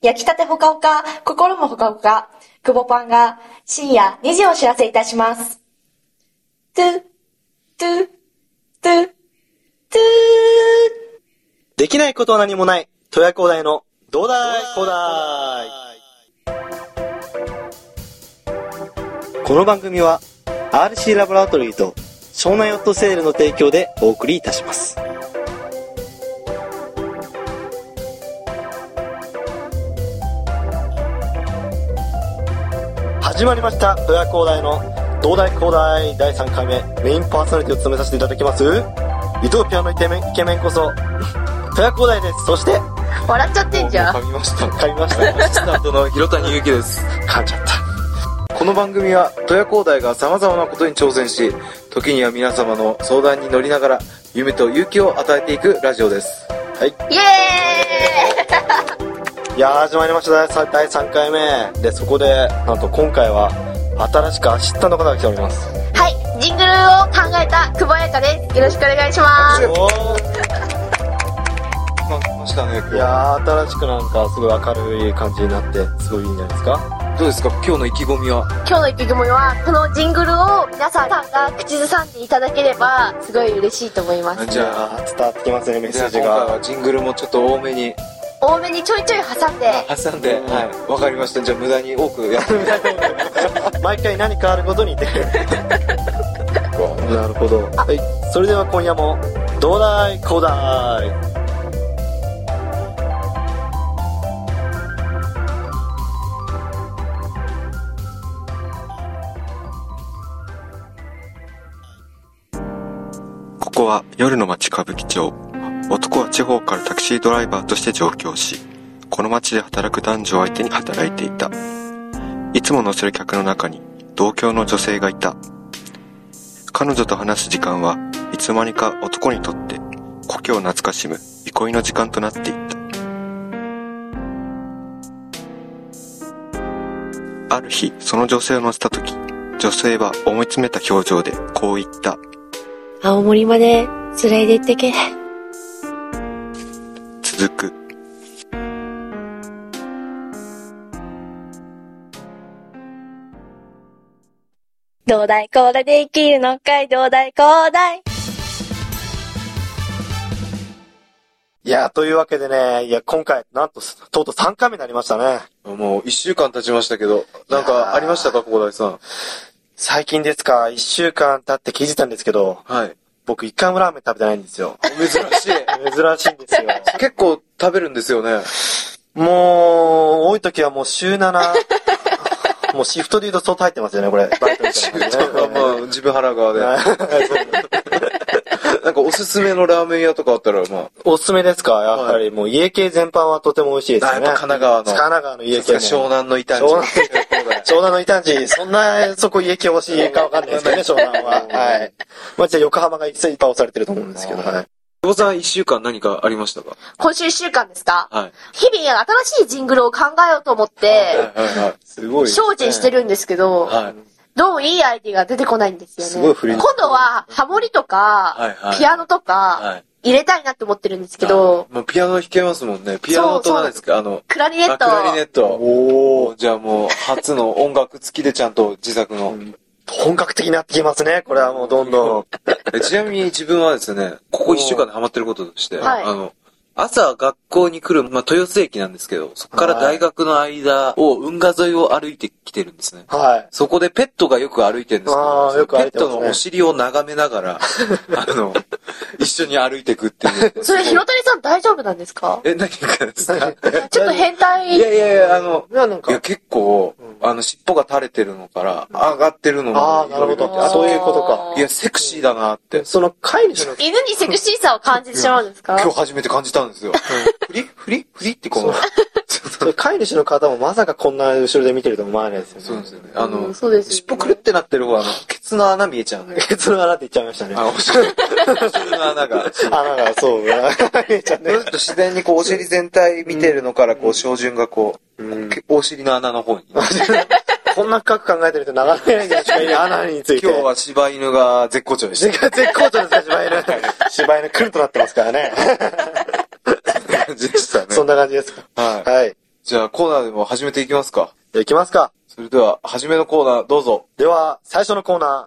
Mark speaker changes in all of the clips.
Speaker 1: 焼きたてほかほか、心もほかほか、久保パンが深夜2時をお知らせいたします。トゥ、トゥ、トゥ、トゥ
Speaker 2: できないことは何もない、富谷工大の、どうだいこだい。この番組は、RC ラボラトリーと、湘南ヨットセールの提供でお送りいたします。始まりました、富谷工大の、どうだいこだい第3回目、メインパーソナリティを務めさせていただきます、ユトピアのイケメン、イケメンこそ、富谷工大です。そして、
Speaker 1: 笑っちゃってんじゃん。
Speaker 2: 噛みました。噛みました。
Speaker 3: スタートの広谷ゆうきです。
Speaker 2: 噛んじゃった。
Speaker 4: この番組は富谷工大が様々なことに挑戦し時には皆様の相談に乗りながら夢と勇気を与えていくラジオです
Speaker 1: イエ
Speaker 2: いやー、始まりました。第三第3回目。で、そこで、なんと今回は、新しくアシスタントの方が来ております。
Speaker 1: ーイはい、ジングルを考えた久保彩香です。よろしくお願いします。
Speaker 4: まましたね
Speaker 2: いやー、新しくなんか、すごい明るい感じになって、すごいいいんじゃないですか。
Speaker 4: どうですか今日の意気込みは
Speaker 1: 今日の意気込みは、このジングルを皆さんが口ずさんでいただければ、すごい嬉しいと思います。
Speaker 4: じゃあ
Speaker 2: あー、伝わってきますね、メッ
Speaker 4: じ
Speaker 2: セ
Speaker 4: ゃあ
Speaker 2: ージ
Speaker 4: 今回
Speaker 2: が。
Speaker 4: はジングルもちょっと多めに
Speaker 1: 多めにちょいちょい挟んで、
Speaker 4: 挟んで、
Speaker 2: うん
Speaker 4: はい、わかりましたじゃあ無駄に多くやって み
Speaker 2: 毎回何かあることにて。 なるほど。はい。それでは今夜も、どうだい、こうだい。
Speaker 3: ここは夜の街歌舞伎町。男は地方からタクシードライバーとして上京し、この街で働く男女を相手に働いていた。いつも乗せる客の中に同郷の女性がいた。彼女と話す時間はいつまにか男にとって故郷を懐かしむ憩いの時間となっていった。ある日、その女性を乗せた時、女性は思い詰めた表情でこう言った。
Speaker 5: 青森まで連れて行ってけ。
Speaker 3: 続く
Speaker 5: どうだいこうだいで生きるのかい、どうだいこうだい。
Speaker 2: いやー、というわけでね、いや、今回、なんと、とうとう3回目になりましたね。
Speaker 4: もう1週間経ちましたけどなんかありましたか工大さん
Speaker 2: 最近ですか、1週間経って気づいたんですけど、
Speaker 4: はい
Speaker 2: 僕一回もラーメン食べてないんですよ。
Speaker 4: 珍しい
Speaker 2: 珍しいんですよ。
Speaker 4: 結構食べるんですよね
Speaker 2: もう、多い時はもう週7。もうシフトで言うと相当入ってますよね、これ。バイトみたい な
Speaker 4: まあ自分腹側で
Speaker 2: ね
Speaker 4: なんかおすすめのラーメン屋とかあったら、まあ、
Speaker 2: おすすめですかやっぱりもう家系全般はとても美味しいですよね。
Speaker 4: あやっぱ神奈川の
Speaker 2: 神奈川の家
Speaker 4: さ
Speaker 2: 系
Speaker 4: す
Speaker 2: も。
Speaker 4: が湘南の異端児。
Speaker 2: 湘湘南の異端児、そんな、そこ家系欲しいかわかんないですけどね、湘南は。はい。まあ、じゃあ横浜が一切いっぱい押されてると思うんですけど、はい。
Speaker 4: 久保さん一週間何かありましたか
Speaker 6: 今週一週間ですか
Speaker 4: はい。
Speaker 6: 日々新しいジングルを考えようと思って、
Speaker 4: はいはい。
Speaker 2: すごいですね
Speaker 6: 精進してるんですけど、
Speaker 4: はい。
Speaker 6: どうもいいアイディアが出てこないんですよね。
Speaker 2: すごい古い
Speaker 6: 今度は、ハモリと
Speaker 4: はい
Speaker 6: か、
Speaker 4: はい。
Speaker 6: ピアノと
Speaker 4: は
Speaker 6: か
Speaker 4: い、
Speaker 6: 入れたいなって思ってるんですけど、
Speaker 4: もうピアノ弾けますもんね。ピアノと何ですかあの、
Speaker 6: クラリネッ
Speaker 4: あ
Speaker 6: ト
Speaker 4: ク、ラリネット。
Speaker 2: おー、
Speaker 4: じゃあもう、初の音楽付きでちゃんと自作の。
Speaker 2: 本格的になってきますね、これはもうどんどん。
Speaker 4: えちなみに自分はですね、ここ一週間でハマってることとして、
Speaker 6: はい
Speaker 4: あの、朝学校に来る、まあ、豊洲駅なんですけど、そこから大学の間を、運河沿いを歩いてきてるんですね。
Speaker 2: はい。
Speaker 4: そこでペットがよく歩いてるんですけ
Speaker 2: あー
Speaker 4: ど、
Speaker 2: よく歩いて
Speaker 4: ペ
Speaker 2: ます
Speaker 4: ッ
Speaker 2: ね
Speaker 4: トのお尻を眺めながら、あ の、一緒に歩いていくっていう。
Speaker 6: それ、広谷さん大丈夫なんですか
Speaker 4: え、何がですか
Speaker 6: ちょっと変
Speaker 4: い
Speaker 6: 態、
Speaker 4: やいやいや、あの、
Speaker 2: いや、なん
Speaker 4: い
Speaker 2: か
Speaker 4: や、結構、あの、尻尾が垂れてるのから、上がってるの
Speaker 2: あ
Speaker 4: も
Speaker 2: あ、なるほ
Speaker 4: いろいろいて
Speaker 2: ど。
Speaker 4: あ
Speaker 2: そういうことか。
Speaker 6: あ
Speaker 4: いや、セクシーだなって、
Speaker 2: その飼い主の、
Speaker 6: 犬にセクシーさを感じてしまうんですか
Speaker 4: 今日初めて感じたんですよ。フリフリフリってこの、
Speaker 2: その飼い主の方もまさかこんな後ろで見てると思わないですよね。
Speaker 4: そうですよね。あ
Speaker 6: うん
Speaker 4: の、
Speaker 6: そうですよね
Speaker 4: 尻尾くるってなってる方は、あの、ケツの穴見えちゃうのよ。
Speaker 2: ケツの穴って言っちゃいましたね。
Speaker 4: あ、お尻お尻の穴が。
Speaker 2: 穴が、そう、見えちゃうね
Speaker 4: ずっと自然にこう、お尻全体見てるのから、こう、照準がこう、
Speaker 2: うん
Speaker 4: けお尻の穴の方に。今
Speaker 2: こんな深く考えてる人長めないじゃないですか、今穴につい
Speaker 4: 日
Speaker 2: て。
Speaker 4: は柴犬が絶好調でし
Speaker 2: 絶好調ですか、柴 犬。柴犬、くるとなってますからね。
Speaker 4: た。感じでしたね。
Speaker 2: そんな感じですか。
Speaker 4: はい。
Speaker 2: はい。
Speaker 4: じゃあコーナーでも始めていきますか。
Speaker 2: じゃあ行きますか。
Speaker 4: それでは、初めのコーナーどうぞ。
Speaker 2: では、最初のコーナ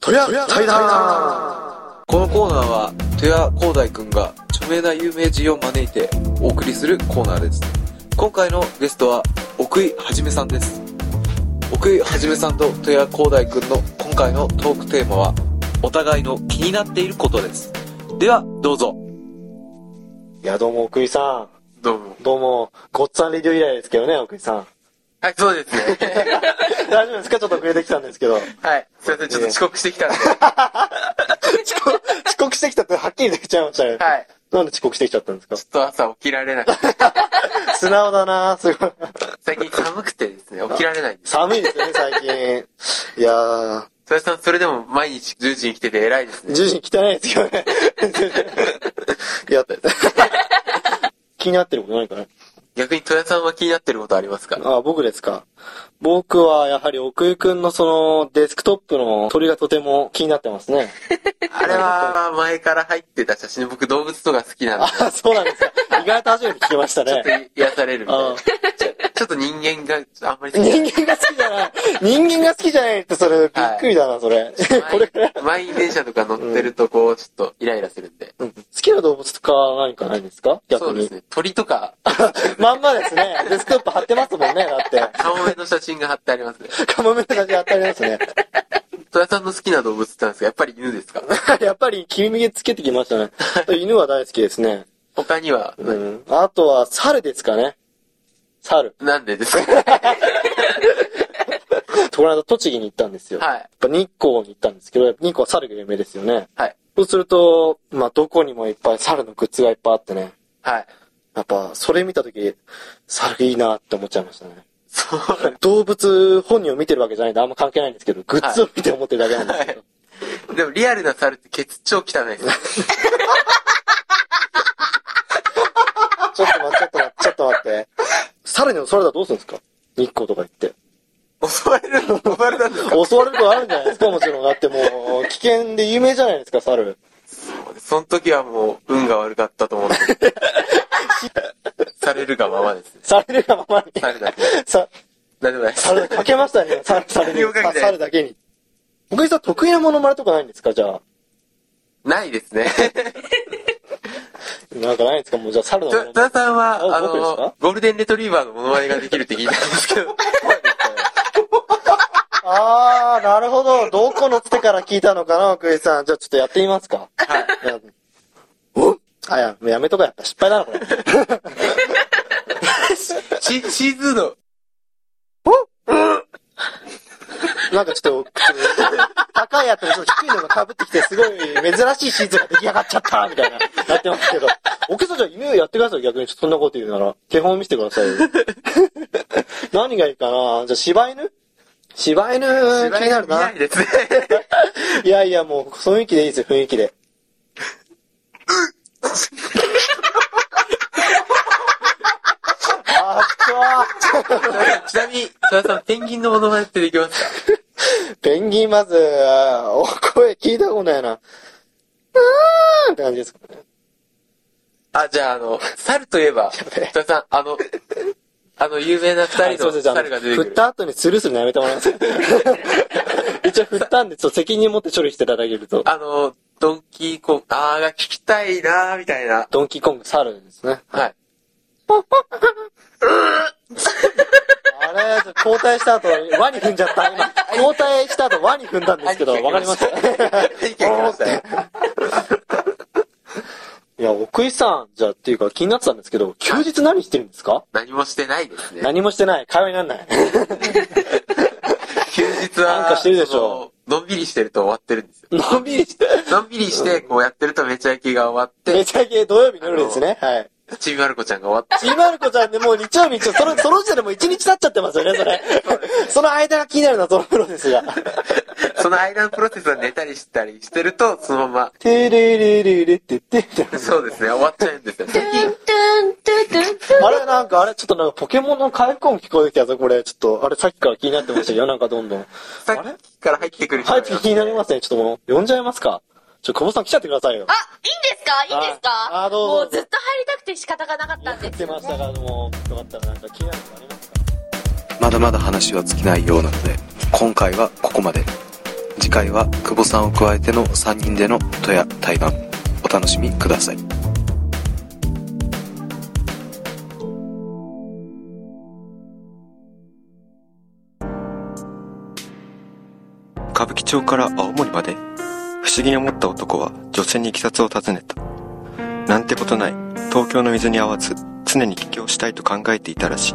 Speaker 2: ー。とりあえず、対談
Speaker 4: このコーナーは、豊光大くんが著名な有名人を招いてお送りするコーナーです。今回のゲストは、奥井はじめさんです。奥井はじめさんと豊光大くんの今回のトークテーマは、お互いの気になっていることです。では、どうぞ。
Speaker 2: いや、どうも、奥井さ
Speaker 7: どうも。
Speaker 2: ん。どうも、ごっつぁんレディオ以来ですけどね、奥井 さん。
Speaker 7: はい、そうですね。
Speaker 2: 大丈夫ですかちょっと遅れてきたんですけど。
Speaker 7: はい。すいません、ちょっと遅刻してきたんで。
Speaker 2: 遅刻遅刻してきたってはっきり出ちゃいましたね。
Speaker 7: はい。
Speaker 2: なんで遅刻してきちゃったんですか
Speaker 7: ちょっと朝起きられない。
Speaker 2: 素直だなすごい。
Speaker 7: 最近寒くてですね、起きられないんです。
Speaker 2: 寒いですよね、最近。いやー、
Speaker 7: それさん、それでも毎日10時に来てて偉いです
Speaker 2: 10
Speaker 7: ね。
Speaker 2: 時に来てないですけど ね。いや、気になってることないかな
Speaker 7: 逆に戸谷さんは気になってることあ りますか
Speaker 2: あ、僕ですか。僕はやはり奥井くんのそのデスクトップの鳥がとても気になってますね。
Speaker 7: あれは前から入ってた写真、僕動物とか好きなので、
Speaker 2: あ、そうなんですか。意外と初めて聞きま した
Speaker 7: ちょっ
Speaker 2: ね。
Speaker 7: と癒されるみたい
Speaker 2: あ
Speaker 7: な。ちょっと人間があんまり好きじゃ
Speaker 2: 人
Speaker 7: ない
Speaker 2: 間が好きじゃない。人間が好きじゃないってそれびっくりだな、そ れ。これから。好
Speaker 7: 満員電車とか乗ってるとこう、ちょっとイライラするんで。
Speaker 2: きな動物とかは何かないんですか逆に。
Speaker 7: そうですね。鳥とか、
Speaker 2: まんまですね。デスクトップ貼ってますもんね、だって。
Speaker 7: カモメの写真が貼ってありますね。
Speaker 2: カモメの写真貼ってありますね。
Speaker 7: 戸谷さんの好きな動物ってなんですかやっぱり犬ですか
Speaker 2: やっぱり切り身つけてきました ね。犬は大好きですね。
Speaker 7: 他には、
Speaker 2: うん。あとは、猿ですかね。猿。
Speaker 7: なんでで すか
Speaker 2: この間栃木に行ったんですよ。
Speaker 7: は
Speaker 2: や
Speaker 7: い
Speaker 2: っ。ぱ日光に行ったんですけど、やっぱ日光は猿が有名ですよね。
Speaker 7: はい。
Speaker 2: そうすると、まあ、どこにもいっぱい猿のグッズがいっぱいあってね。
Speaker 7: はい。
Speaker 2: やっぱ、それ見たとき、猿いいなって思っちゃいましたね。
Speaker 7: そう。
Speaker 2: 動物本人を見てるわけじゃないんであんま関係ないんですけど、グッズを見て思ってるだけなんですけど。
Speaker 7: でもリアルな猿って血超汚いです。
Speaker 2: ちょっと待って、ちょっと待って、ちょっと待って。猿に襲われたらどうするんですか日光とか行って。
Speaker 7: 襲われるの襲われたんですか
Speaker 2: 襲われることあるんじゃないですかもちろん。だってもう、危険で有名じゃないですか、猿。
Speaker 7: その時はもう、運が悪かったと思って。されるがままですね。
Speaker 2: されるがままに。
Speaker 7: されだけ。
Speaker 2: さ、
Speaker 7: なんでもないです。
Speaker 2: され、かけましたね。さ、され
Speaker 7: 何を
Speaker 2: に。
Speaker 7: かけ
Speaker 2: さ
Speaker 7: て
Speaker 2: 猿だけに。僕さん得意なものまねとかないんですかじゃあ。
Speaker 7: ないですね。
Speaker 2: なんかないんですかもうじゃあ猿のも
Speaker 7: と
Speaker 2: の
Speaker 7: 戸田さんは、
Speaker 2: あ僕です
Speaker 7: あ
Speaker 2: か
Speaker 7: の、ゴールデンレトリーバーのモノマネができるって聞いたんですけ ど、
Speaker 2: あー、なるほど。どこのつてから聞いたのかな、奥井さん。じゃあちょっとやってみますか。
Speaker 7: はい。
Speaker 2: うんあ、いや、やめとかやった。失敗だな、これ。
Speaker 7: シシーズーの、
Speaker 2: なんかちょっと、高いやつにちょっと低いのが被ってきて、すごい珍しいシーズンが出来上がっちゃった、みたいな、なってますけど。 おけさんじゃあ犬やってください、逆に。ちょっとそんなこと言うなら。手本見せてくださいよ。 何がいいかなじゃあ柴犬柴犬、気になる
Speaker 7: 見
Speaker 2: な
Speaker 7: ない。ですね。
Speaker 2: いやいや、もう、雰囲気でいいですよ、雰囲気 で。あっと
Speaker 7: ちなみに、戸田さん、ペンギンのモノマネってできますか
Speaker 2: ペンギンまず、お声聞いたことないな。うーんって感じですかね。
Speaker 7: あ、じゃあ、あの、猿といえば、
Speaker 2: べえ
Speaker 7: 戸田さん、あの、あの、有名な二人
Speaker 2: あすいませ
Speaker 7: の
Speaker 2: んじゃあ
Speaker 7: 猿が出て
Speaker 2: 振
Speaker 7: く
Speaker 2: っ
Speaker 7: る。
Speaker 2: た後にスルーするのやめてもらえ ます一応振ったんで、ちょっと責任持って処理していただけると。
Speaker 7: あの、ドンキーコン、あーが聞きたいなー、みたいな。
Speaker 2: ドンキーコング、猿ですね。
Speaker 7: はい。
Speaker 2: あれ、交代した後、輪に踏んじゃった。今、交代した後、輪に踏んだんですけど、わかりました。
Speaker 7: 意見があったよ
Speaker 2: いや、奥井さん、じゃあっていうか気になってたんですけど、休日何してるんですか
Speaker 7: 何もしてないですね。
Speaker 2: 何もしてない。会話になんない。
Speaker 7: 休日
Speaker 2: な
Speaker 7: は、
Speaker 2: んかしてるでしょ
Speaker 7: そののんびりしてると終わってるんですよ。
Speaker 2: のんびりして。
Speaker 7: のんびりして、こうやってるとめちゃ焼きが終わっ
Speaker 2: め
Speaker 7: て、
Speaker 2: ちゃけ土曜日の夜ですね。はい。
Speaker 7: ちびまる子ちゃんが終わって、
Speaker 2: ちびまる子ちゃんでもう日曜日一応、その、その時点でもう一日経っちゃってますよね、それ。その間が気になるな、そのプロですが。
Speaker 7: その間のプロセスは寝たりしたりしてると、そのま
Speaker 2: てれれれれってって。
Speaker 7: ま、そうですね、終わっちゃうんですよ。最近、
Speaker 2: あれ、なんか、あれ、ちょっとなんかポケモンの回復音聞こえてきたぞ、これ。ちょっと、あれ、さっきから気になってましたよ、なんかどんどん。
Speaker 7: さっきから入ってくる人
Speaker 2: は
Speaker 7: が
Speaker 2: い、
Speaker 7: います
Speaker 2: 気になりますね。ちょっともう、呼んじゃいますか。ちょ、久保さん来ちゃってくださいよ。
Speaker 6: あ、いいんですかいいんですか
Speaker 2: ああどうぞ
Speaker 6: もうずっと入りたくて仕方がなかった
Speaker 2: 言
Speaker 6: んで
Speaker 2: っ
Speaker 6: す
Speaker 2: て
Speaker 6: よ、ね。
Speaker 2: ましたが、もう、よかったらなんか気になるのありますか
Speaker 4: まだまだ話は尽きないようなので、今回はここまで。次回は久保さんを加えての3人での富谷対談、お楽しみください。
Speaker 3: 歌舞伎町から青森まで不思議に思った男は女性にいきさつを尋ねたなんてことない東京の水に合わず常に帰郷したいと考えていたらしい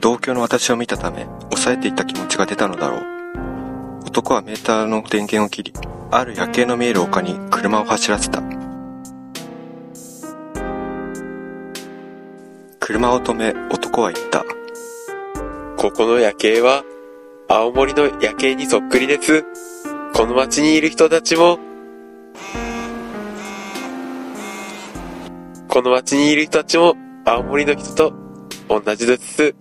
Speaker 3: 同居の私を見たため抑えていた気持ちが出たのだろう男はメーターの電源を切りある夜景の見える丘に車を走らせた車を止め男は言った
Speaker 7: ここの夜景は、青森の夜景にそっくりです。この街にいる人たちも、この街にいる人たちも、青森の人と同じです。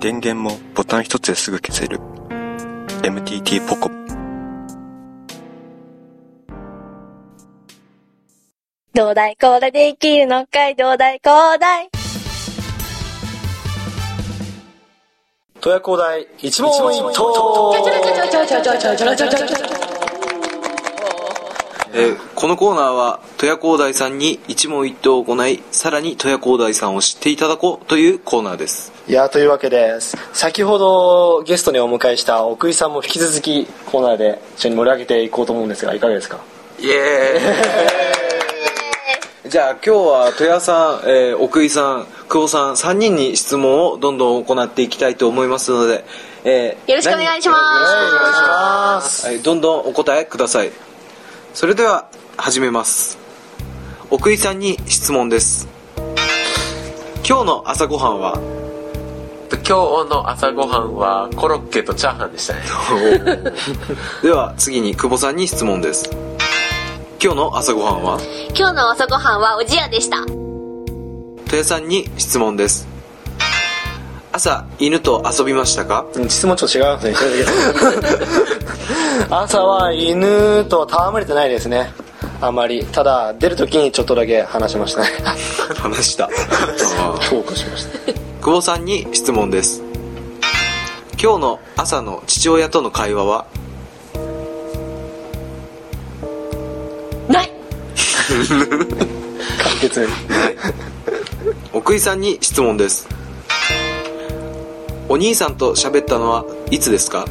Speaker 3: 電源もボタン一つですぐ消せる MTT ポコ
Speaker 5: どうだいこれで生きるのかいどうだいこうだい
Speaker 2: 富谷工大一問一答
Speaker 4: えーこのコーナーは富谷工大さんに一問一答を行いさらに富谷工大さんを知っていただこうというコーナーです
Speaker 2: いやというわけです先ほどゲストにお迎えした奥井さんも引き続きコーナーで一緒に盛り上げていこうと思うんですがいかがですか
Speaker 4: イエーイじゃあ今日は富谷さん、えー奥井さん久保さん3人に質問をどんどん行っていきたいと思いますので、えー
Speaker 6: よろしくお願い
Speaker 2: 願いし
Speaker 6: します
Speaker 4: 何よろしくお願いし
Speaker 2: ま
Speaker 4: ますはい、どんどんお答えくださいそれでは始めます奥井さんに質問です今日の朝ごはんは
Speaker 7: 今日の朝ごはんは、コロッケとチャーハンでしたね。
Speaker 4: では次に久保さんに質問です今日の朝ごはんは
Speaker 6: 今日の朝ごはんはおじやでした。
Speaker 4: 戸谷さんに質問です朝犬と遊びましたか
Speaker 2: うん質問ちょっと違いますね朝は犬と戯れてないですねあまりただ出るときにちょっとだけ話しましたね
Speaker 4: 話したあー
Speaker 2: そうかしました
Speaker 4: 久保さんに質問です今日の朝の父親との会話は
Speaker 6: ない
Speaker 2: 簡潔に
Speaker 4: 奥井さんに質問ですお兄さんと喋ったのはいつですか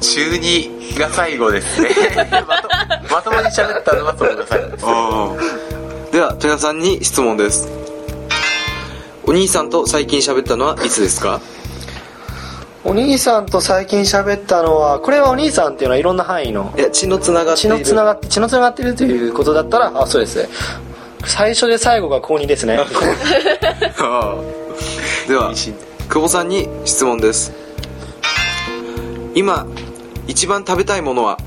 Speaker 7: 中2が最後で すね。まとまともに喋ったのはそれが最後です。
Speaker 4: あでは戸谷さんに質問ですお兄さんと最近喋ったのはいつですか
Speaker 2: お兄さんと最近喋ったのはこれはお兄さんっていうのはいろんな範囲の
Speaker 4: いや血のつながって
Speaker 2: 血
Speaker 4: いる
Speaker 2: のつながって血のつながってるということだったらあそうです最初で最後が高2ですね
Speaker 4: ああでは久保さんに質問です今一番食べたいものは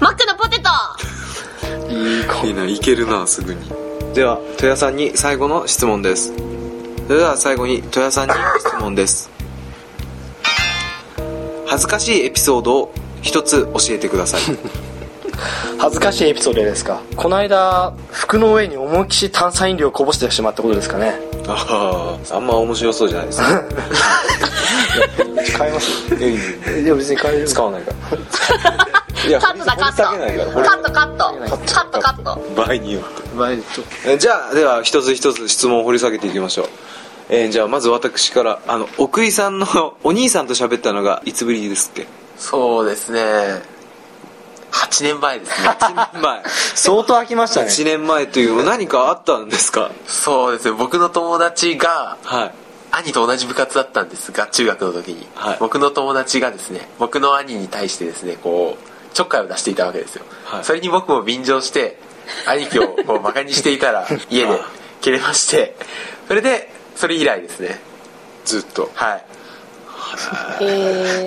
Speaker 6: マックのポテト
Speaker 4: いいないけるなすぐにでは戸谷さんに最後の質問ですそれでは最後に戸谷さんに質問です恥ずかしいエピソードを一つ教えてください
Speaker 2: 恥ずかしいエピソードですかこの間服の上に思いっきし炭酸飲料をこぼしてしまったことですかね
Speaker 4: あああんま面白そうじゃないですか
Speaker 2: 買えますいや別に買える使わないから
Speaker 4: いや
Speaker 6: カットだカットカットカットカットカット
Speaker 4: 場合によってじゃあでは一つ一つ質問を掘り下げていきましょう、えーじゃあまず私からあの奥井さんのお兄さんと喋ったのがいつぶり ですっけ
Speaker 7: そうですね。8年前ですね。
Speaker 4: 8年前
Speaker 2: 相当飽きました ね
Speaker 4: 8年前という何かあったんですか
Speaker 7: そうですね。僕の友達が、
Speaker 4: はい
Speaker 7: 兄と同じ部活だったんですが中学の時に、
Speaker 4: はい
Speaker 7: 僕の友達がですね僕の兄に対してですねこうちょっかいを出していたわけですよ、
Speaker 4: はい
Speaker 7: それに僕も便乗して兄貴をこう馬鹿にしていたら 家で切れましてそれでそれ以来ですね
Speaker 4: ずっと
Speaker 7: はい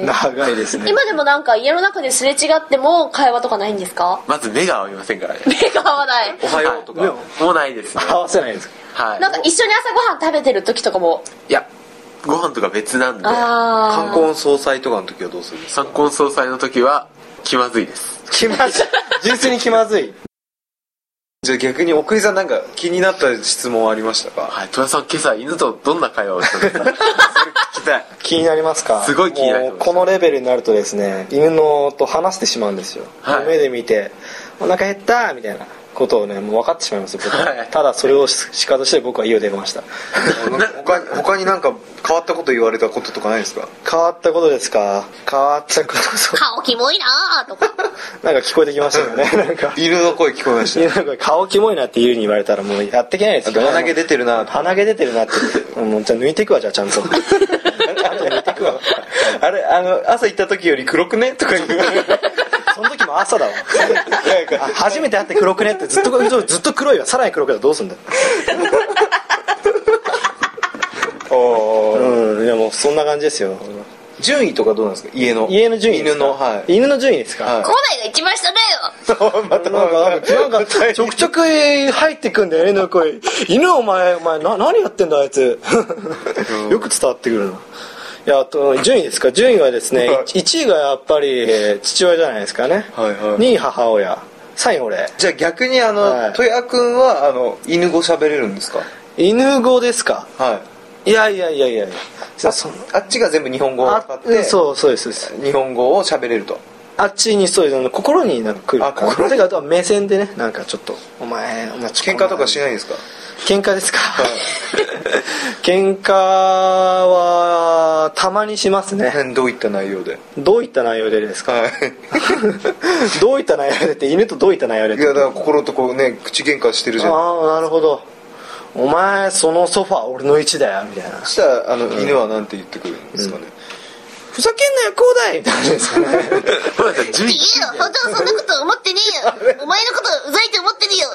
Speaker 2: 長いですね
Speaker 6: 今でもなんか家の中ですれ違っても会話とかないんです か
Speaker 7: まず目が合いませんからね
Speaker 6: 目が合わない
Speaker 7: おはようとかもうないですね
Speaker 2: 合わせないです
Speaker 7: はい
Speaker 6: なんか一緒に朝ごはん食べてる時とかも
Speaker 7: いやご飯とか別なんで
Speaker 6: ああ
Speaker 4: 総裁とかの時はどうするんです
Speaker 7: 冠婚葬祭の時は気まずいです。
Speaker 2: 気まずい。純粋に気まずい。
Speaker 4: じゃあ逆に奥井さんなんか気になった質問ありましたか
Speaker 7: はい、戸田さん今朝犬とどんな会話をしたんですかそれ聞きたい。
Speaker 2: 気になりますか
Speaker 7: すごい気になります
Speaker 2: もうこのレベルになるとですね犬のと話してしまうんですよ、
Speaker 7: はい
Speaker 2: 目で見て「お腹減った!」みたいなことをねもう分かってしまいますよ僕は、
Speaker 7: はい
Speaker 2: ただそれをし仕方して僕は家を出ました
Speaker 4: 他に他になんか変わったこと言われたこととかないですか
Speaker 2: 変わったことですか変わったことそ
Speaker 6: 顔キモいな ーとか。
Speaker 2: う なんか聞こえてきましたよねなん か
Speaker 4: 犬の声聞こえまし
Speaker 2: 犬の声顔キモいなって言うに言われたらもうやっていけないです
Speaker 4: た
Speaker 2: よね
Speaker 4: 鼻毛出てるなと
Speaker 2: 鼻毛出てるなって もうじゃあ抜いていくわじゃあちゃんとあと抜いていくわ
Speaker 4: あれあの朝行った時より黒くねとか言う
Speaker 2: その時も朝だわあ初めて会って黒くねってずっとずっと黒いわさらに黒くだどうすんだよ
Speaker 4: おー
Speaker 2: うんいやもうそんな感じですよ
Speaker 4: 順位とかどうなんですか家の
Speaker 2: 家の順位です
Speaker 4: 犬
Speaker 2: か
Speaker 4: のはい
Speaker 2: 犬の順位ですか、
Speaker 4: はい
Speaker 6: コーナーが一番下だよ
Speaker 4: そうま
Speaker 2: なんかなんか なんかちょくちょく入ってくんだよねの声犬お前お前な何やってんだあいつよく伝わってくるのいやあと順位ですか順位はですね
Speaker 4: はい
Speaker 2: 1位がやっぱりえー父親じゃないですかね、
Speaker 4: はいはい
Speaker 2: 2位母親3位俺
Speaker 4: じゃあ逆にあの、
Speaker 2: はい
Speaker 4: 戸谷君はあの犬語喋れるんですか
Speaker 2: 犬語ですか
Speaker 4: はい
Speaker 2: いやいやいやいやいや
Speaker 4: あそあっちが全部日本語を使
Speaker 2: あ
Speaker 4: っ
Speaker 2: う
Speaker 4: て
Speaker 2: んそうそうですそうです
Speaker 4: 日本語を喋れると
Speaker 2: あっちにそうですあの心になんか来る
Speaker 4: あ心に
Speaker 2: てかあとは目線でねなんかちょっとお前お前
Speaker 4: 喧嘩とかし
Speaker 2: い
Speaker 4: ないんですか
Speaker 2: 喧嘩ですか喧嘩はたまにしますね
Speaker 4: どういった内容で
Speaker 2: どういった内容で ですか
Speaker 4: はい
Speaker 2: どういった内容でって犬とどういった内容でっ
Speaker 4: い
Speaker 2: て
Speaker 4: やだから心とこうね口喧嘩してるじゃん
Speaker 2: ああなるほどお前そのソファー俺の位置だよみたいな
Speaker 4: そしたらあの、犬はなんて言ってくるんですかね、
Speaker 2: ふざけんなよこうだいみたいな感じですかね
Speaker 7: ほらさん、順位
Speaker 6: いいよ本当はそんなこと思ってねえよお前のことうざいと思ってるよ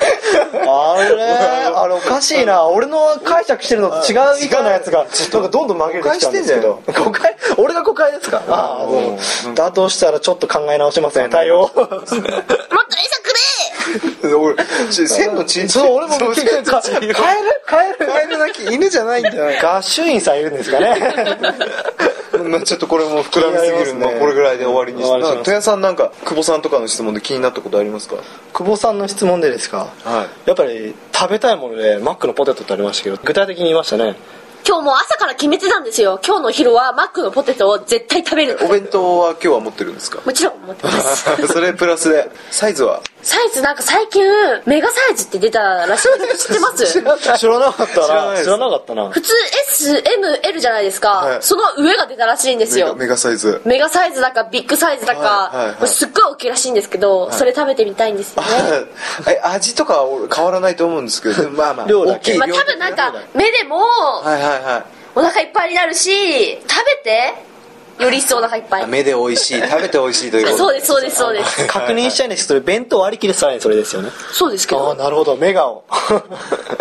Speaker 2: あれあれおかしいな俺の解釈してるのと違う意図のやつがなんかどんどん曲げてきちゃうんですけど誤解俺が誤解ですかああもうだとしたらちょっと考え直しますね対応
Speaker 6: もっと餌くれ
Speaker 4: 俺ち線のちんちん
Speaker 2: そう俺も
Speaker 4: そう
Speaker 2: 結局
Speaker 4: 線の
Speaker 2: か
Speaker 4: ちん
Speaker 2: 変える変え
Speaker 4: カエルなき犬じゃないんだ
Speaker 2: る合衆院さんいるんですかね
Speaker 4: まあちょっとこれも膨らみすぎ
Speaker 2: 気にな
Speaker 4: るんで、
Speaker 2: りますね
Speaker 4: これぐらいで終わりにして、
Speaker 2: うん終わりにします
Speaker 4: なんか戸谷さんなんか久保さんとかの質問で気になったことありますか
Speaker 2: 久保さんの質問でですか
Speaker 4: はい
Speaker 2: やっぱり食べたいものでマックのポテトってありましたけど具体的に言いましたね
Speaker 8: 今日もう朝から決めてたんですよ今日の昼はマックのポテトを絶対食べる
Speaker 4: お弁当は今日は持ってるんですか
Speaker 8: もちろん思ってます
Speaker 4: それプラスでサイズは
Speaker 8: サイズなんか最近メガサイズって出たらしいの知ってます
Speaker 2: 知らなかった
Speaker 4: 知らないで
Speaker 2: な
Speaker 4: す
Speaker 2: 知らなかったな
Speaker 8: 普通 SML じゃないですか、
Speaker 4: はい
Speaker 8: その上が出たらしいんです
Speaker 4: メガ
Speaker 8: よ
Speaker 4: メガサイズ
Speaker 8: メガサイズだかビッグサイズだか、
Speaker 4: はいはいはい
Speaker 8: すっごい大きいらしいんですけど、それ食べてみたいんですよね、
Speaker 4: え味とかは俺変わらないと思うんですけどでもまあまあ
Speaker 2: 量だ
Speaker 4: 大
Speaker 2: け
Speaker 4: きい量
Speaker 8: まあ、
Speaker 4: はい
Speaker 8: 多分なんか目でも
Speaker 4: はいは
Speaker 8: お腹いっぱいになるし食べてより一層お腹いっぱ
Speaker 4: い
Speaker 8: い
Speaker 4: 目で美味しい食べて美味しいということ
Speaker 8: そうですそうですそうです
Speaker 2: 確認したいんですけど弁当ありきでさらにそれですよね
Speaker 8: そうですけ
Speaker 2: ああ
Speaker 8: ど
Speaker 2: なるほどメガを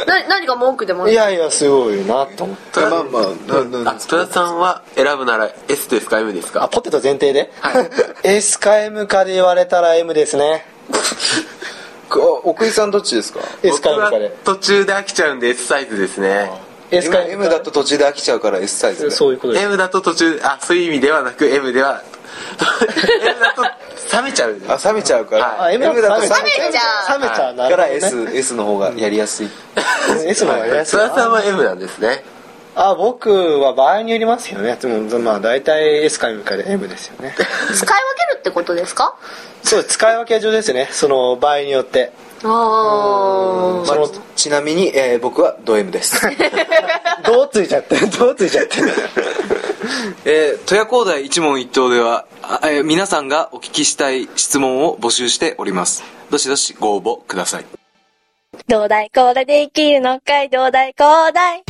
Speaker 8: な何が文句でも
Speaker 2: いやいやすごいなと思って
Speaker 4: まあまあなな
Speaker 7: あ、戸田さんは選ぶなら S ですか M です
Speaker 2: あ
Speaker 7: か
Speaker 2: ポテト前提で、S か M かで言われたら M ですね
Speaker 4: こ奥井さんどっちですか
Speaker 2: S か M
Speaker 7: 僕
Speaker 2: か
Speaker 7: は
Speaker 2: で
Speaker 7: 途中で飽きちゃうんで S サイズですね。
Speaker 2: S か
Speaker 4: M だと途中で飽きちゃうから S サイズで
Speaker 2: そういうことです
Speaker 7: M だと途中、あ、そういう意味ではなく M では、M だと冷めちゃうんです
Speaker 4: あ冷めちゃうから、
Speaker 7: は
Speaker 2: あ M だと冷めちゃう
Speaker 6: 冷めちゃ
Speaker 2: 冷めちゃうな
Speaker 4: だ
Speaker 2: る
Speaker 4: か
Speaker 2: ほど
Speaker 4: ら
Speaker 2: ね
Speaker 4: S, S の方がやりやすい、
Speaker 2: S の方が
Speaker 7: 戸田
Speaker 2: 安い
Speaker 7: さんは M なんですね。
Speaker 2: あ僕は場合によりますよねでもまあ大体 S か M かで M ですよ ね
Speaker 6: 使い分けるってことですか
Speaker 2: そう使い分け上ですねその場合によって
Speaker 8: あ
Speaker 4: まあちなみに、えー僕はド M です、
Speaker 2: どうついちゃって どうついちゃって
Speaker 4: えー、戸谷工大一問一答では、あえー皆さんがお聞きしたい質問を募集しておりますどしどしご応募ください
Speaker 5: どうだいこうだいできるのかいどうだいこうだい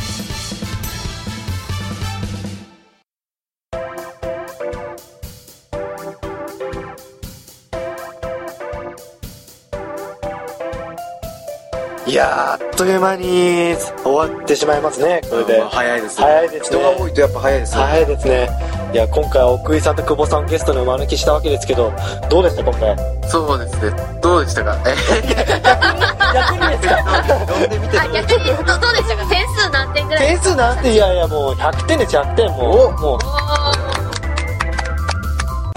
Speaker 2: いやーあっという間に終わってしまいますねこれで
Speaker 4: まあ早いですね
Speaker 2: 早いですね
Speaker 4: 人が多いとやっぱ早いですね、
Speaker 2: 早いですねいや今回は奥井さんと久保さんをゲストにお招きしたわけですけどどうでした今 回
Speaker 7: そうですね。どうでしたかえ
Speaker 4: 呼んでみて
Speaker 8: あ逆にどどうでしたか点数何点ぐらい
Speaker 2: 点数なんていやいやもう100点です100点もうもう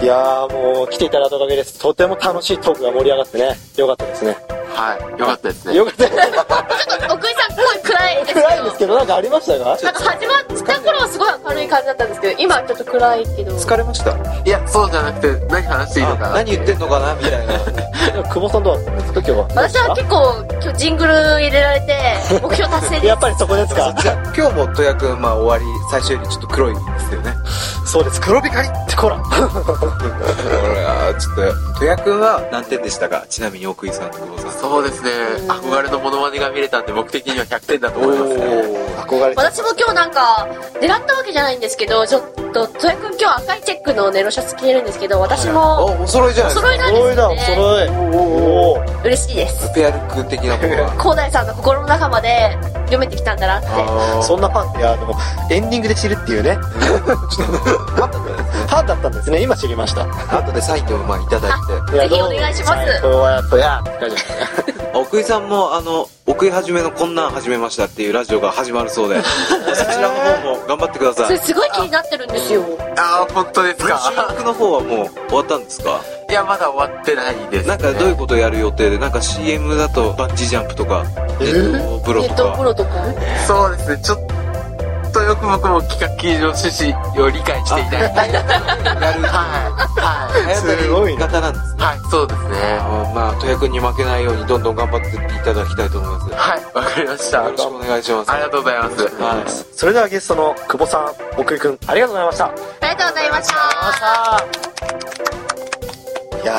Speaker 2: いいやーもう来ていただいたおかげです。とても楽しいトークが盛り上がってね、よかったですね。
Speaker 9: はい。よかったですね。
Speaker 2: よかったです。
Speaker 6: 奥井さん声暗いですけ ど
Speaker 2: 暗いんですけど、なんかありましたか
Speaker 6: なんか始まった頃はすごい明るい感じだったんですけど今はちょっと暗いけど
Speaker 4: 疲れましたあ
Speaker 9: いや、そうじゃなくて、何話していいのかな。
Speaker 4: 何言ってんのかなみたいな
Speaker 2: 久保さんどうだったんですか、今日は。
Speaker 6: 私は結構今日ジングル入れられて目標達成です
Speaker 2: やっぱりそこですか。
Speaker 4: じゃあ今日も戸谷君まあ終わり最終よりちょっと黒いんですよね
Speaker 2: そうです。黒光りってこら。
Speaker 4: 俺はちょっと戸谷君は何点でしたかちなみに奥井さんと久保さん
Speaker 9: そうですね。憧れのモノマネが見れたんで、僕的には100点だと思いますね。
Speaker 2: 憧れて。
Speaker 6: 私も今日なんか狙ったわけじゃないんですけどちょっと戸谷君今日赤いチェックのネロシャツ着てるんですけど私
Speaker 4: あ
Speaker 6: も
Speaker 4: お揃いじゃ
Speaker 6: お
Speaker 4: な
Speaker 6: 揃
Speaker 4: いですか
Speaker 6: いなん
Speaker 2: お揃い
Speaker 6: です
Speaker 2: だ、
Speaker 6: よ
Speaker 2: お
Speaker 6: ね
Speaker 2: 揃い。おー
Speaker 6: 嬉しいです
Speaker 4: ペアルック的なもの が
Speaker 6: 広大さんの心の中まで読めてきたんだなって
Speaker 2: そんなファンって、あの、エンディングで知るっていうね。 ファンだったんですね。今知りました。
Speaker 4: あとでサインをまあいただい
Speaker 2: いや
Speaker 6: ぜひお願いします
Speaker 2: どうもそうやとやって感じ
Speaker 4: て奥井さんもあの奥井はじめのこんなん始めましたっていうラジオが始まるそう でそちらの方も頑張ってくだ
Speaker 6: そ
Speaker 4: さ
Speaker 6: れ
Speaker 4: い
Speaker 6: すごい気になってるんですよ
Speaker 9: あー、本当です
Speaker 4: 収
Speaker 9: か。
Speaker 4: 録の方はもう終わったんですか
Speaker 9: いや、まだ終わってないです、ね。
Speaker 4: なんかどういうことやる予定でなんか CM だとバンジージャンプとかネット風呂
Speaker 6: ネ
Speaker 4: と
Speaker 6: ットプ
Speaker 4: か
Speaker 6: ロとか
Speaker 9: そうですね、ちょっとよく僕も企画機の趣旨を理解していない。はい。
Speaker 4: やる
Speaker 9: は
Speaker 4: 早
Speaker 2: すご
Speaker 4: 当た
Speaker 2: い
Speaker 4: り
Speaker 2: ね
Speaker 4: 型なんですね
Speaker 9: い。はい、そうですね。
Speaker 4: あーまあ戸谷君に負けないようにどんどん頑張っていただきたいと思いますよ
Speaker 9: はい、わかりました。あ
Speaker 4: ろしくお願いします
Speaker 9: りがとうございます。
Speaker 4: はい
Speaker 2: それではゲストの久保さん、奥井くん、ありがとうございました。
Speaker 6: ありがとうございました
Speaker 2: いや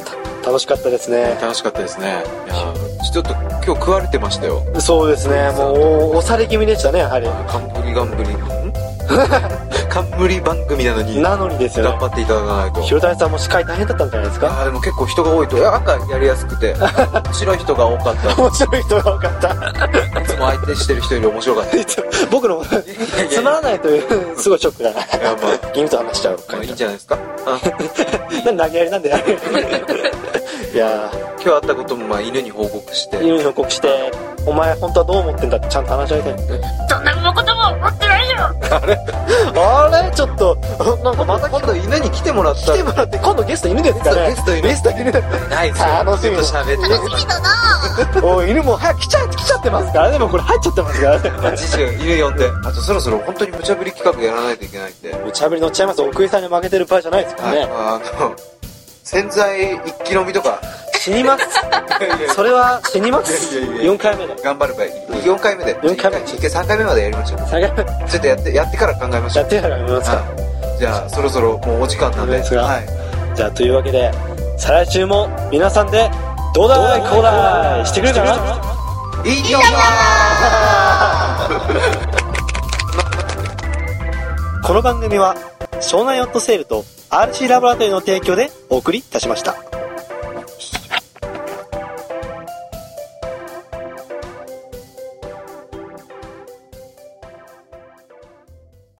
Speaker 2: ー、た楽しかったですね。
Speaker 4: 楽しかったですねいやーちょっと今日食われてましたよ
Speaker 2: そうですね、もう、押され気味でしたね、やはり。
Speaker 4: 冠番組 ん冠番組なのに
Speaker 2: なのにですよ
Speaker 4: 頑
Speaker 2: ね。
Speaker 4: 張っていただかないと
Speaker 2: 広谷さんも司会大変だったんじゃないですか
Speaker 4: あーでも結構人が多いといやなんかやりやすくて面白い人が多かった
Speaker 2: 面白い人が多かった。
Speaker 4: いつも相手してる人より面白かったい
Speaker 2: 僕の、つまらないという、すごいショックだな。
Speaker 4: やまあ
Speaker 2: 君と話しちゃう
Speaker 4: まあ
Speaker 2: 感
Speaker 4: いい
Speaker 2: じ
Speaker 4: ん。じゃないですかあ
Speaker 2: なんで投げやりなんだよ。いや
Speaker 4: 今日あったこともまあ犬に報告して
Speaker 2: ー、犬に報告して、お前本当はどう思ってんだってちゃんと話し合いたい。
Speaker 6: そんなことも思ってないよ
Speaker 2: あれちょっと、なんかまた
Speaker 4: 今度犬に来てもらっ
Speaker 2: 来
Speaker 4: た
Speaker 2: てもらって、今度ゲスト犬ですからね。
Speaker 4: ゲスト
Speaker 2: ゲスト犬。
Speaker 4: ないです
Speaker 2: 楽しみ
Speaker 4: ずっと喋って
Speaker 6: 楽しみだな
Speaker 2: おい犬もう早く来ちゃう来ちゃってますからね。もうこれ入っちゃってますからね。
Speaker 4: 次週犬呼んであとそろそろ本当に無茶ぶり企画やらないといけないんで、はい、
Speaker 2: 無茶ぶり乗っちゃいます。奥井さんに負けてる場合じゃないですからね。
Speaker 4: あの洗剤一気飲みとか
Speaker 2: 死にます。それは死にます。
Speaker 4: いやいやいや
Speaker 2: 4回目で。
Speaker 4: 頑張ればいい4回目で
Speaker 2: 四回目
Speaker 4: 一回3回目までやりましょう
Speaker 2: 下がる
Speaker 4: ちょっとやってやってから考えましょ
Speaker 2: や
Speaker 4: う
Speaker 2: ってからやめますか。
Speaker 4: はいじゃあそろそろもうお時間なんで、
Speaker 2: そうですか
Speaker 4: はい、
Speaker 2: じゃあというわけで、再来週も皆さんで、どうだいこうだいしてくれるかない
Speaker 4: いよー
Speaker 2: この番組は湘南ヨットセールと RC ラボラトリーの提供でお送りいたしました。